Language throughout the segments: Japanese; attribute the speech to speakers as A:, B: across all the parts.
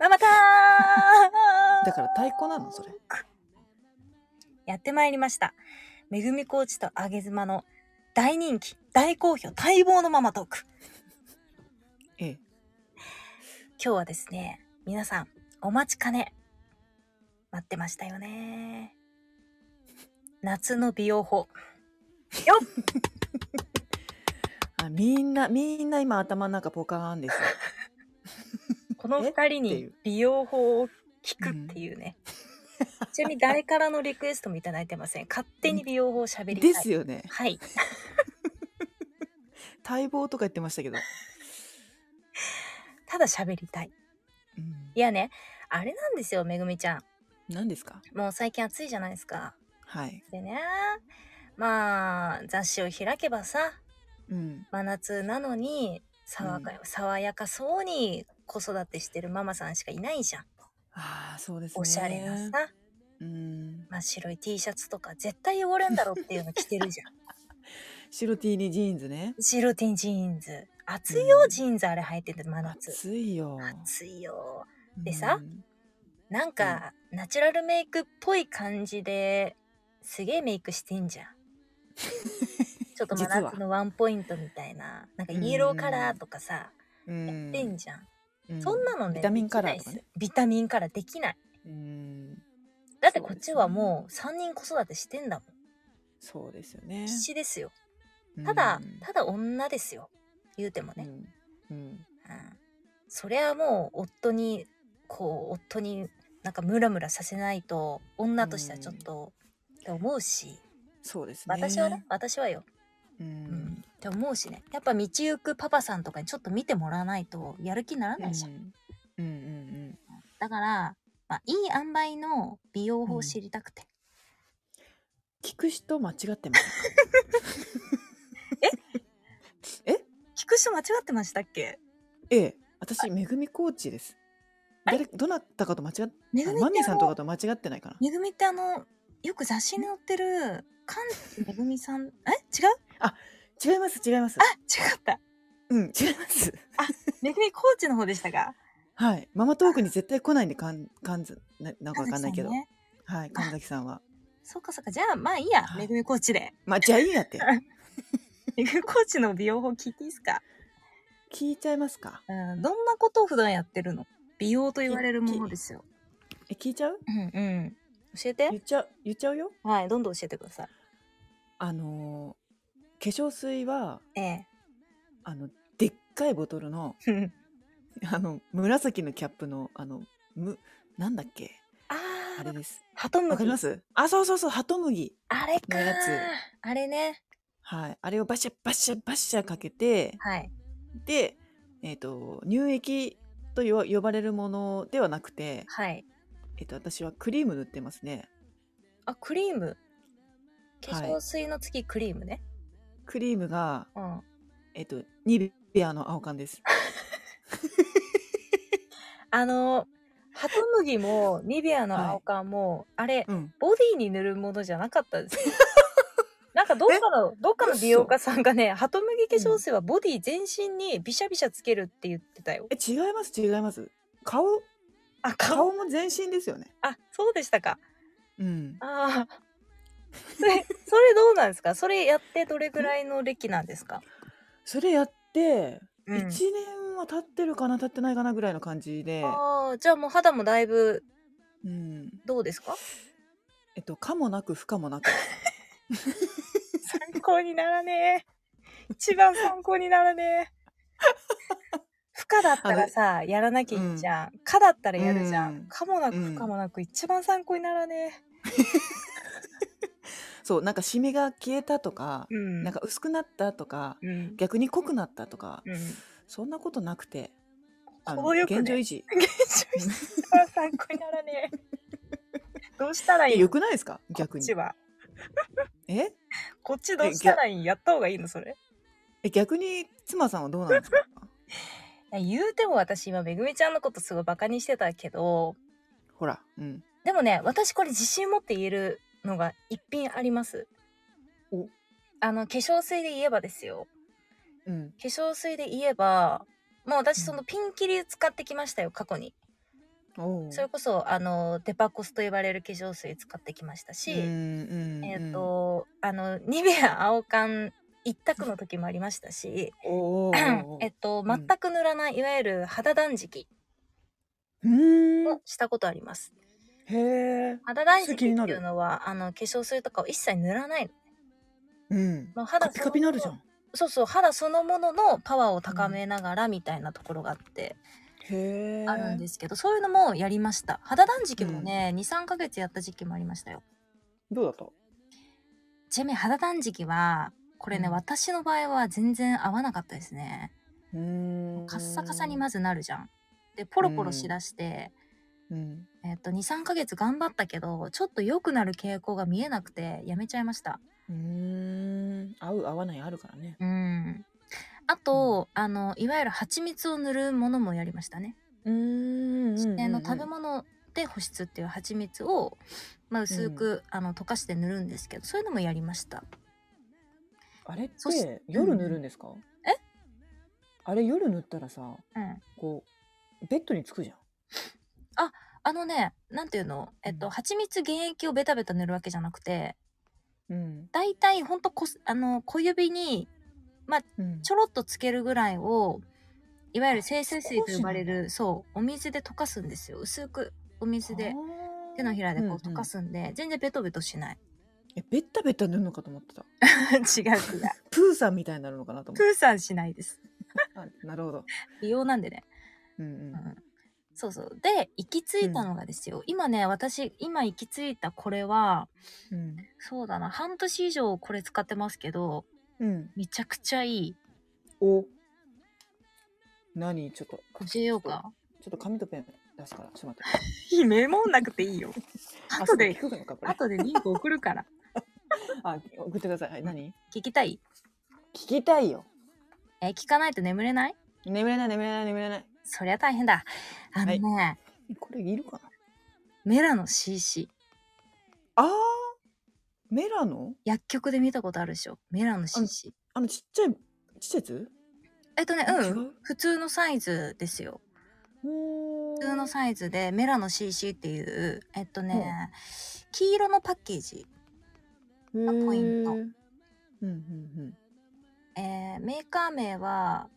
A: あまたー
B: だから太鼓なのそれ。
A: やってまいりました。めぐみコーチとあげずまの大人気、大好評、待望のママトーク。
B: ええ。
A: 今日はですね、皆さん、お待ちかね。待ってましたよね。夏の美容法。
B: あみんな、みんな今頭の中ポカーンです よ。
A: この二人
B: えってい
A: に
B: う
A: 美容法を聞くっていうね。ちなみに誰からのリクエストもいただいてません。勝手に美容法を喋りたい。
B: ですよね。
A: はい。
B: 待望とか言ってましたけど。
A: ただ喋りたい。
B: うん
A: いやね、あれなんですよ、めぐみちゃん。
B: 何ですか
A: もう最近暑いじゃないですか。
B: はい。
A: でね、まあ、雑誌を開けばさ、
B: うん。
A: 真夏なのに、爽やか、爽やかそうに子育てしてるママさんしかいないじゃん。
B: ああ、そうですね。
A: おしゃれなさ、
B: うん。
A: 真っ白い T シャツとか絶対汚れんだろっていうの着てるじゃん。
B: 白 T にジーンズね。
A: 白 T ジーンズ。暑いよ、
B: うん
A: ジーンズあれ履いてて、真夏。
B: 暑いよ。
A: 暑いよ。でさ
B: うん
A: なんか、ナチュラルメイクっぽい感じで、すげえメイクしてん じゃん。ちょっと真
B: 実は
A: 夏のワンポイントみたいな、なんかイエローカラーとかさ、
B: う
A: やってんじゃん。
B: う
A: そんなのね、
B: ビタミンカラーとか
A: できな
B: ね
A: いっ。すビタミンカラーできない。
B: うん。
A: だってこっちはもう3人子育てしてんだもん。
B: そうですよね。
A: 必死ですよ。ただ、ただ女ですよ。言うても
B: うん、
A: ね。
B: うん。うん
A: うん。それはもう夫に、こう、夫になんかムラムラさせないと、女としてはちょっと、って思うし。
B: そうですね。
A: 私はね、。私はよ。
B: う
A: うんん。。って思うしね。やっぱ道行くパパさんとかにちょっと見てもらわないと、やる気になら
B: う
A: ないじゃん。
B: ん。うんうん
A: だから、まあ、いい塩梅の美容法を知りたくて。
B: 聞く人間違ってます。
A: 聞く人間違ってましたっけ
B: ええ。私、めぐみコーチです。誰、どなたかと間違っ、
A: めぐ
B: あ
A: み
B: の
A: って
B: マミーさんと
A: あ
B: かと間違ってないかな
A: の。めぐみってあの、よく雑誌に載ってる、かんめぐみさん、え違う
B: 違います、違います
A: あ。、違った。
B: うん、違います。
A: めぐみコーチの方でしたか
B: はい。ママトークに絶対来ないんで、かん、かんず、ななんかわかんないけど。
A: 神崎さね
B: はい、神崎さんは。
A: そうかそうか。じゃあ、まあいいや。
B: はい
A: めぐみコーチで。
B: まあ、じゃあいいやって。
A: めぐみコーチの美容法聞いていいですか
B: 聞いちゃいますか。
A: うん。どんなことを普段やってるの美容と言われるものですよ。
B: え、聞いちゃう
A: うんうん。教えて
B: 言。っちゃう、言っちゃうよ。
A: はい。どんどん教えてください。
B: あのー化粧水は、
A: え
B: あの、でっかいボトルの、
A: え。
B: あの、紫のキャップの、あの、む、なんだっけ
A: あ
B: あれ
A: ー、
B: です。
A: ハトム
B: わかり
A: ギ
B: ま。すあ、そうそうそう、ハトムギ。
A: あれか
B: のやつ
A: ー。あれね。
B: はい。あれをバシャバシャバシャかけて、
A: はい。
B: で、えっ、と、乳液とよ呼ばれるものではなくて、
A: はい。
B: えっ、と、私はクリーム塗ってますね。
A: あ、クリーム。化
B: はい
A: 粧水の次、クリームね。
B: クリームが、
A: うん。
B: えっ、と、ニベアの青缶です。
A: あの、ハトムギも、ニベアの青缶も、あれ、
B: うん。
A: ボディに塗るものじゃなか ったですよ。なんかどっかの、どっかの美容家さんがね、ハトムギ化粧水はボディ全身にビシャビシャつけるって言ってたよ。
B: え、違います、違います。顔、
A: あ、顔
B: 顔も全身ですよね。
A: あ、そうでしたか。
B: うん。
A: ああ。 それ、それどうなんですかそれやってどれぐらいの歴なんですか
B: それやって、
A: うん
B: 1年は経ってるかな、経ってないかなぐらいの感じで、
A: ああ、じゃあもう肌もだいぶ、
B: うん。
A: どうですか
B: えっと、かもなく不可もなく。
A: 参考にならねえ。一番参考にならねえ。不可だったらさ、やらなきゃいいじゃん。可、だったらやるじゃん。
B: うん
A: 可もなく
B: うん
A: 不可もなく、一番参考にならね
B: そう、なんかシミが消えたとか
A: え。、うん。
B: なんか薄くなったとか、
A: うん。
B: 逆に濃くなったとか、
A: うん。
B: そんなことなくて、あの
A: 程よくね
B: 現状 維持。
A: 一番参考にならねえ。どうしたらい
B: え、
A: いの
B: よ
A: こ
B: くないですか逆
A: っ
B: に
A: ち。は。
B: え
A: こっちどうしたらいいんやった方がいいのそれ。
B: え、逆に妻さんはどうなんですか
A: いや言うても私今、めぐみちゃんのことすごいバカにしてたけど、
B: ほら、うん。
A: でもね、私これ自信持って言えるのが一品あります。
B: お
A: あの、化粧水で言えばですよ。
B: うん。
A: 化粧水で言えば、もう私そのピンキリ使ってきましたよ、過去に。
B: おう
A: それこそあのデパコスと呼ばれる化粧水使ってきましたし、
B: うんうん
A: えっ、とあのニベア青缶一択の時もありましたし、
B: うんおうおうおう
A: えっと全く塗らない、いわゆる肌断食
B: うーん
A: をしたことあります。
B: へえ
A: 肌断食
B: それ
A: って
B: 気になる
A: いうのはあの化粧水とかを一切塗らないの。
B: うん
A: もう肌
B: カピカピになるじゃ
A: ん。
B: ん
A: そうそう肌そのもののパワーを高めながらみたいなところがあって、
B: へえ
A: あるんですけどそういうのもやりました肌断食もね、23ヶ月やった時期もありましたよ
B: どうだった
A: ちなみに肌断食はこれね、
B: うん
A: 私の場合は全然合わなかったですね
B: うーん
A: カッサカサにまずなるじゃんでポロポロしだして、
B: うん
A: えっと23ヶ月頑張ったけどちょっと良くなる傾向が見えなくてやめちゃいました
B: うーん合う合わないあるからね
A: うんあと、あのいわゆる蜂蜜を塗るものもやりましたね
B: うーんうんうんうん
A: あの食べ物で保湿っていう蜂蜜を、まあ、薄く、あの溶かして塗るんですけどそういうのもやりました
B: あれっ
A: そして
B: 夜塗るんですか、
A: え
B: あれ夜塗ったらさ
A: うん
B: こうベッドにつくじゃん
A: あのねなんていうの、えっ
B: う
A: と、
B: ん
A: 蜂蜜原液をベタベタ塗るわけじゃなくて
B: うん
A: だいたいほんとこすあの小指に
B: うん
A: ちょろっとつけるぐらいをいわゆる生成水と
B: 少し
A: 呼ばれ
B: なん
A: るそうお水で溶かすんですよ薄くお水で手のひらでこう溶か、すんで、全然ベトベトしない
B: あーうんうんえベッタベタ塗るのかと思って た
A: 違う違う
B: プーさんみたいになるのかなと思
A: プ
B: っ
A: ーさんしないです
B: たあなるほど
A: 美容なんでね
B: うんうん
A: そうそう。で、行き着いたのがですよ。今ね、私、今行き着いたこれは、
B: うん
A: そうだな、半年以上これ使ってますけど、
B: うん
A: めちゃくちゃいい。
B: お何ちょっと
A: 教えようか。
B: ちょっと紙とペン出すからちょっと待って
A: いい、メモんなくていいよ。
B: あ
A: 後で
B: そうか聞くのかこれ
A: 後でリンク送る から。
B: あ送ってくださいはい何
A: 聞きたい
B: 聞きたいよ
A: え、聞かないと眠れない
B: 眠れない眠れない眠れない
A: そりゃ大変だ。あのね、
B: これいるかな
A: メラの CC。
B: あーメラノ
A: 薬局で見たことあるでしょ。メラの CC。
B: あのちっちゃいちっちゃいやつ
A: えっとね、
B: 違
A: うん。
B: う
A: 普通のサイズですよ。
B: おー
A: 普通のサイズで、メラの CC っていう、えっとね、黄色のパッケージ。
B: へー
A: ポイント
B: うんうん
A: えーメーカー名は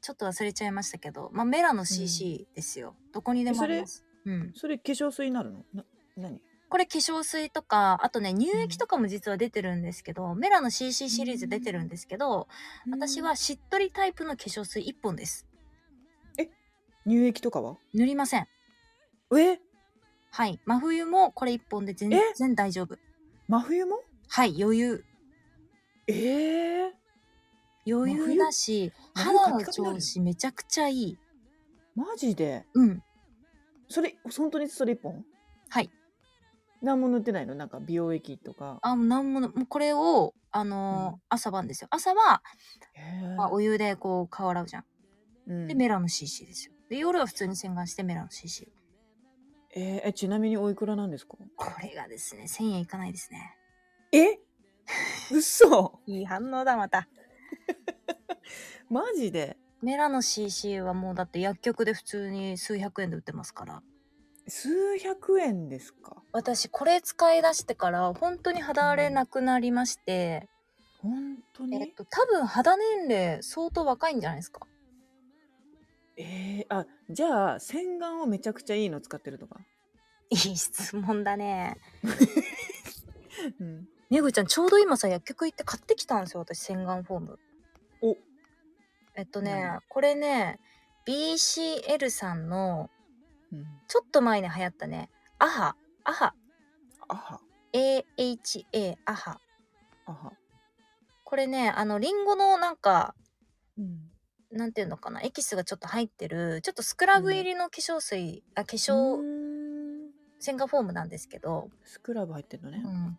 A: ちょっと忘れちゃいましたけど、まあ、メラの CC ですよ、どこにでもあります、うん
B: うん、それ化粧水になるのな何
A: これ化粧水とかあとね乳液とかも実は出てるんですけど、メラの CC シリーズ出てるんですけど、私はしっとりタイプの化粧水1本です
B: うん乳液とかは
A: 塗りません
B: え
A: はい真冬もこれ1本で全
B: え
A: 然大丈夫
B: 真冬も
A: はい余裕
B: えー、
A: 余裕だし
B: 真冬
A: 肌の
B: 真冬カピカピなる
A: 調子めちゃくちゃいい
B: マジで
A: うん
B: それ本当にそれ一本
A: はい
B: 何も塗ってないのなんか美容液とか
A: あもうなんもなもうこれをあのー
B: う
A: 朝晩ですよ朝は
B: へー
A: まあ、お湯でこう顔洗うじゃん。
B: うん
A: で、メラの CC ですよ。で、夜は普通に洗顔してメラの CC。
B: えーえちなみにおいくらなんですか
A: これがですね、1000円いかないですね。
B: え嘘
A: いい反応だ、また。
B: マジで
A: メラの CC はもうだって薬局で普通に数百円で売ってますから。
B: 数百円ですか
A: 私、これ使い出してから、本当に肌荒れなくなりまして、
B: 本当
A: えっ
B: に
A: と、多分肌年齢相当若いんじゃないですか。
B: えー、あじゃあ洗顔をめちゃくちゃいいの使ってるとか、
A: いい質問だね。
B: うん、
A: めぐちゃん、ちょうど今さ、薬局行って買ってきたんですよ、私、洗顔フォーム。
B: お
A: えっとね
B: 何、
A: これね、BCL さんの、
B: うん、
A: ちょっと前に流行ったね。アハ、アハ、
B: あは
A: AHA、アハ。
B: あは、
A: これね、あの、リンゴのなんか、
B: うん、
A: なんていうのかな、エキスがちょっと入ってる、ちょっとスクラブ入りの化粧水、あ、化
B: う
A: 粧
B: ーん
A: 洗顔フォームなんですけど、
B: スクラブ入ってるのね、
A: うん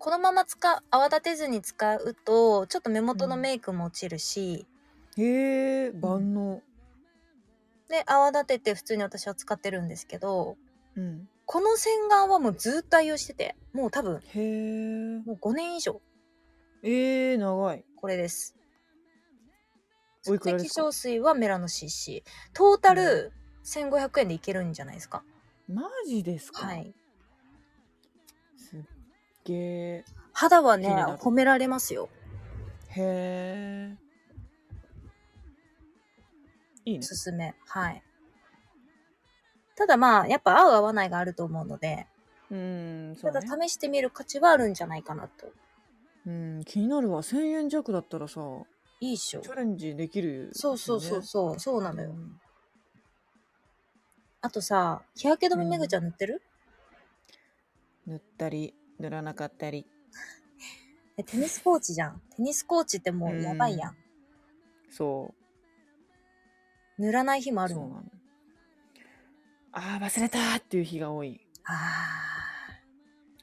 A: このまま使う、泡立てずに使うと、ちょっと目元のメイクも落ちるし、
B: へえ万能
A: で、泡立てて普通に私は使ってるんですけど、
B: うん、
A: この洗顔はもうずっと愛用してて、もう多分、
B: へ
A: もう5年以上、
B: ええー、長い
A: これです。
B: おいくらですか
A: 化粧水はメラノ CC。トータル1500円でいけるんじゃないですか。
B: マジですか、
A: はい。
B: すっげえ
A: 肌はね
B: 気になる、
A: 褒められますよ。
B: へえいい
A: お
B: ね
A: すすめ。はい。ただまあ、やっぱ合う合わないがあると思うので、
B: うんそ
A: た
B: うね
A: だ試してみる価値はあるんじゃないかなと。
B: うん気になるわ1000円弱だったらさ
A: いいっしょ
B: チ。ャレンジできる、
A: そうそうそう
B: そ
A: そう、そうなのよ。
B: ん
A: あとさ、日焼け止めめぐちゃん塗ってる、
B: 塗ったり塗らなかったり
A: えテニスコーチじゃん。テニスコーチってもうやばいやん。
B: そ
A: 塗らない日もあ
B: う
A: る
B: そう
A: も。
B: なんのあー忘れたーっていう日が多い
A: あ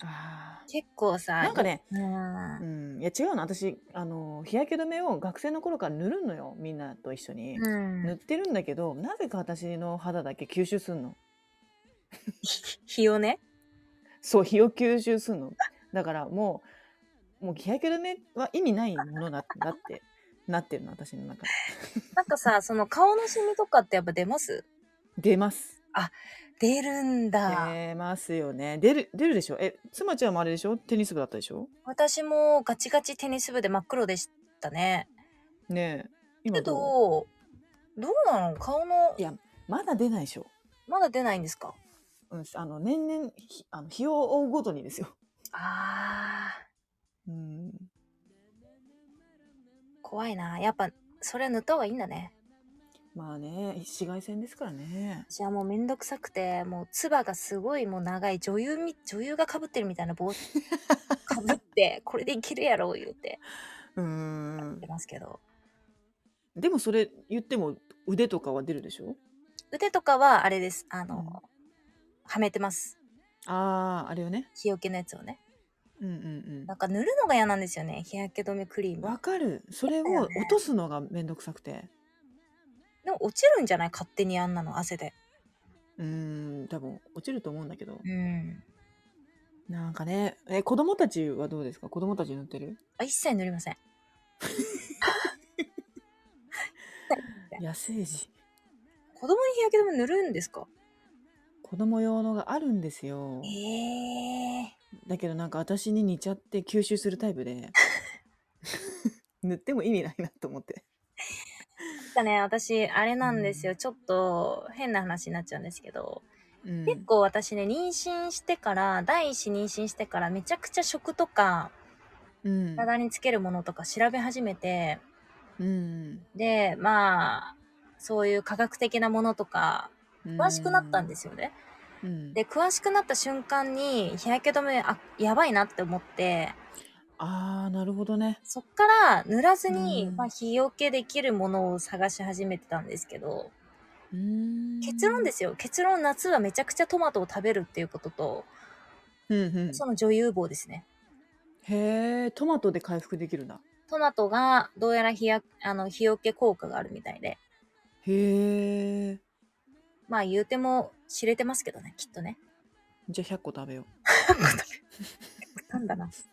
B: あ
A: ー結構
B: ー
A: さ、
B: なんかね、
A: う。
B: うんん、いや違うの私あの日焼け止めを学生の頃から塗るのよみんなと一緒に、
A: う
B: 塗っ
A: ん。
B: てるんだけどなぜか私の肌だけ吸収すんの
A: 日をね。
B: そう日を吸収すんのだからもうもう日焼け止めは意味ないものだだってなってるの私の中で
A: なんかさ、その顔のシミとかってやっぱ出ます
B: 出ます
A: 出るんだ。
B: 出ますよね出る出るでしょえ妻ちゃんもあれでしょテニス部だったでしょ
A: 私もガチガチテニス部で真っ黒でしたね。
B: ねえ
A: け
B: 今どう
A: ど、どうなの顔の
B: い、やまだ出ないでしょ、
A: まだ出ないんですか
B: うん、あの年々ひあの日を追うごとにですよ
A: あ
B: うん
A: ー、怖いな。やっぱ、それ塗った方がいいんだね。
B: まあね紫外線ですからね
A: 私はもうめんどくさくて、もう、つばがすごいもう長い、女優み、女優が被ってるみたいな帽子 被って、これでいけるやろ、言うて、
B: うん
A: 言ってますけど。
B: でもそれ言っても腕とかは出るでしょ
A: 腕とかは、あれです。あの、
B: うん
A: はめてます。
B: あああれよね
A: 日よけのやつをね。
B: うんうん
A: なんか塗るのが嫌なんですよね。日焼け止めクリー
B: うん
A: ム。
B: わかるそれを落とすのがめんどくさくて
A: でも落ちるんじゃない勝手にあんなの汗で。
B: うん多分落ちると思うんだけど
A: うん。
B: なんかねえ子供たちはどうですか子供たち塗ってる
A: あ、一切塗りません。
B: 野生児
A: 子供に日焼け止め塗るんですか
B: 子供用のがあるんですよ
A: ええ
B: だけどなんか私に似ちゃって吸収するタイプで 塗っても意味ないなと思って
A: なんかね、私、あれなんですよ。ちょっと変な話になっちゃうんですけど、
B: うん
A: 結構私ね、妊娠してから、第一子妊娠してから、めちゃくちゃ食とか、
B: うん
A: 体につけるものとか調べ始めて、
B: うん、
A: で、まあ、そういう科学的なものとか、詳しくなったんですすよね。
B: うん、
A: で、詳しくなった瞬間に、日焼け止め、あ、やばいなって思って、
B: ああなるほどね
A: そっから塗らずに、
B: うん
A: まあ、日よけできるものを探し始めてたんですけど、
B: うーん、
A: 結論ですすよ。結論、夏はめちゃくちゃトマトを食べるっていうことと、
B: うんうん、
A: その女優帽ですね。
B: へえトマトで回復できるんだ
A: トマトが、どうやら日やあの日よけ効果があるみたいで、
B: へえ
A: まあ言うても知れてますけどね、きっとね。
B: じゃあ100個食べよう
A: なんだな。す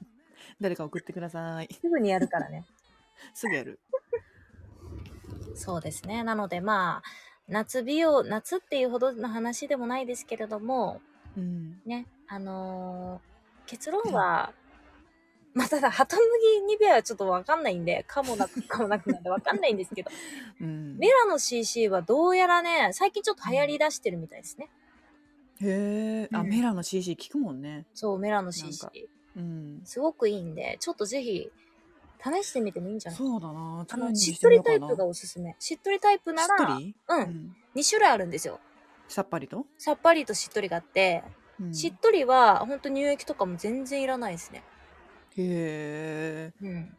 B: 誰か送ってください
A: ぐにやるからね。
B: すぐやる
A: そうですね。なのでまあ、夏美容、夏っていうほどの話でもないですけれども、
B: うん
A: ね、あのー結論は、まあ、ただ、鳩麦ニベアはちょっとわかんないんで、かもなく、かもなくなんでわかんないんですけど、
B: うん
A: メラの CC はどうやらね、最近ちょっと流行り出してるみたいですね。
B: へえあ
A: うん
B: メラの CC 効くもんね
A: そう、メラの
B: な
A: CC
B: ん。うん
A: すごくいいんで、ちょっとぜひ、試してみてもいいんじゃない
B: そうだな
A: あ
B: チャレン
A: の、
B: ジ
A: しってと
B: みよ
A: りタ
B: うかな
A: イプがおすすめ。しっとりタイプなら、
B: しっとり
A: う、
B: うんん
A: 2種類あるんですよ。
B: さっぱりと、
A: さっぱりとしっとりがあって、
B: うん
A: しっとりは、ほんと乳液とかも全然いらないですね。
B: へえ
A: うん。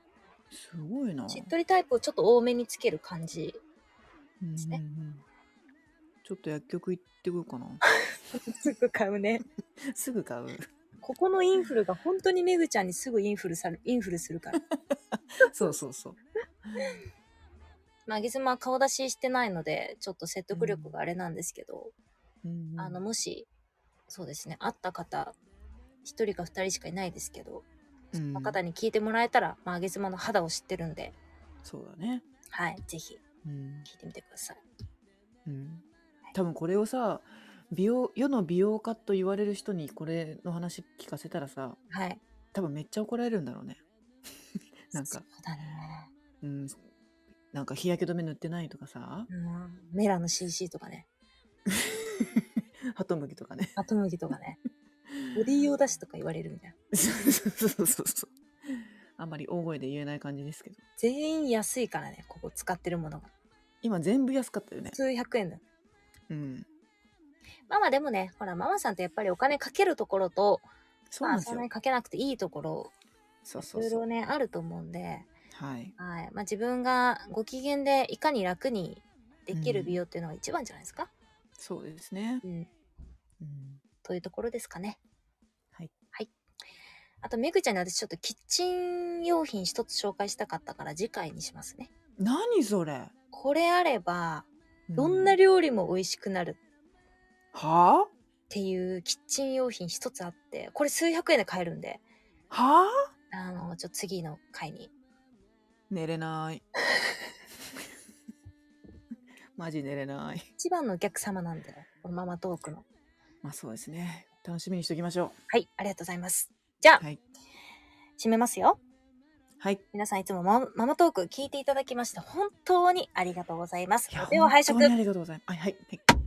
B: すごいな
A: しっとりタイプをちょっと多めにつける感 じ。すね
B: うんうんうんちょっと薬局行ってこよ うかな
A: すぐ買うね。
B: す ぐ買う
A: ここのインフルが本当にめぐちゃんにすぐインフルさる、インフルする から。
B: そうそうそう
A: まあ、げずまは顔出ししてないので、ちょっと説得力があれなんですけど、
B: うんうん
A: あの、もし、そうですね、会った方、一人か二人しかいないですけど、
B: うん
A: その方に聞いてもらえたら、まあ、あげずまの肌を知ってるんで、
B: そうだね
A: はい、ぜひ
B: うん
A: 聞いてみてください。
B: うん多分これをさ美容世の美容家と言われる人にこれの話聞かせたらさ
A: はい。
B: 多分めっちゃ怒られるんだろうね なん
A: そう
B: か、
A: だね。
B: うん、なんか日焼け止め塗ってないとかさ
A: うん。メラの CC とかね。
B: ハトムギとかね
A: 後麦とかね。ボディー用だしとか言われるみたいな。
B: そうそうそうそうあんまり大声で言えない感じですけど
A: 全員安いからね、ここ使ってるものが。
B: 今全部安かったよね
A: 数百円だ。
B: うん
A: ママでもね、ほら、ママさんってやっぱりお金かけるところと、
B: そう
A: ま
B: なん
A: あ、
B: です
A: そん
B: よ
A: なにかけなくていいところ、
B: そう
A: い
B: そ
A: ろ
B: う
A: い
B: そう
A: ろね、あると思うんで、
B: はい
A: はい。まあ、自分がご機嫌でいかに楽にできる美容っていうのが一番じゃないですか。
B: そうですね
A: うん。
B: うん
A: というところですかね。
B: はい。
A: はい。あと、めぐちゃんに私ちょっとキッチン用品一つ紹介したかったから次回にしますね。
B: 何それ
A: これあれば、
B: う
A: どんな料理も美味しくなるっ
B: は
A: ていうキッチン用品一つあって、これ数百円で買えるんで、
B: あはあ
A: あの、ちょっと次の回に。
B: 寝れない マジ寝れない
A: 一番のお客様なんで、このママトークの。
B: まあそうですね楽しみにしておきましょ
A: はい、ありがとうございます。じゃあ、
B: うはい
A: 締めますよ。
B: はい
A: 皆さんいつもマママトーク聞いていただきまして、本当にありがとうございます
B: いや。
A: では、拝
B: 本当
A: 食
B: に。ありがとうございますはいはい、はい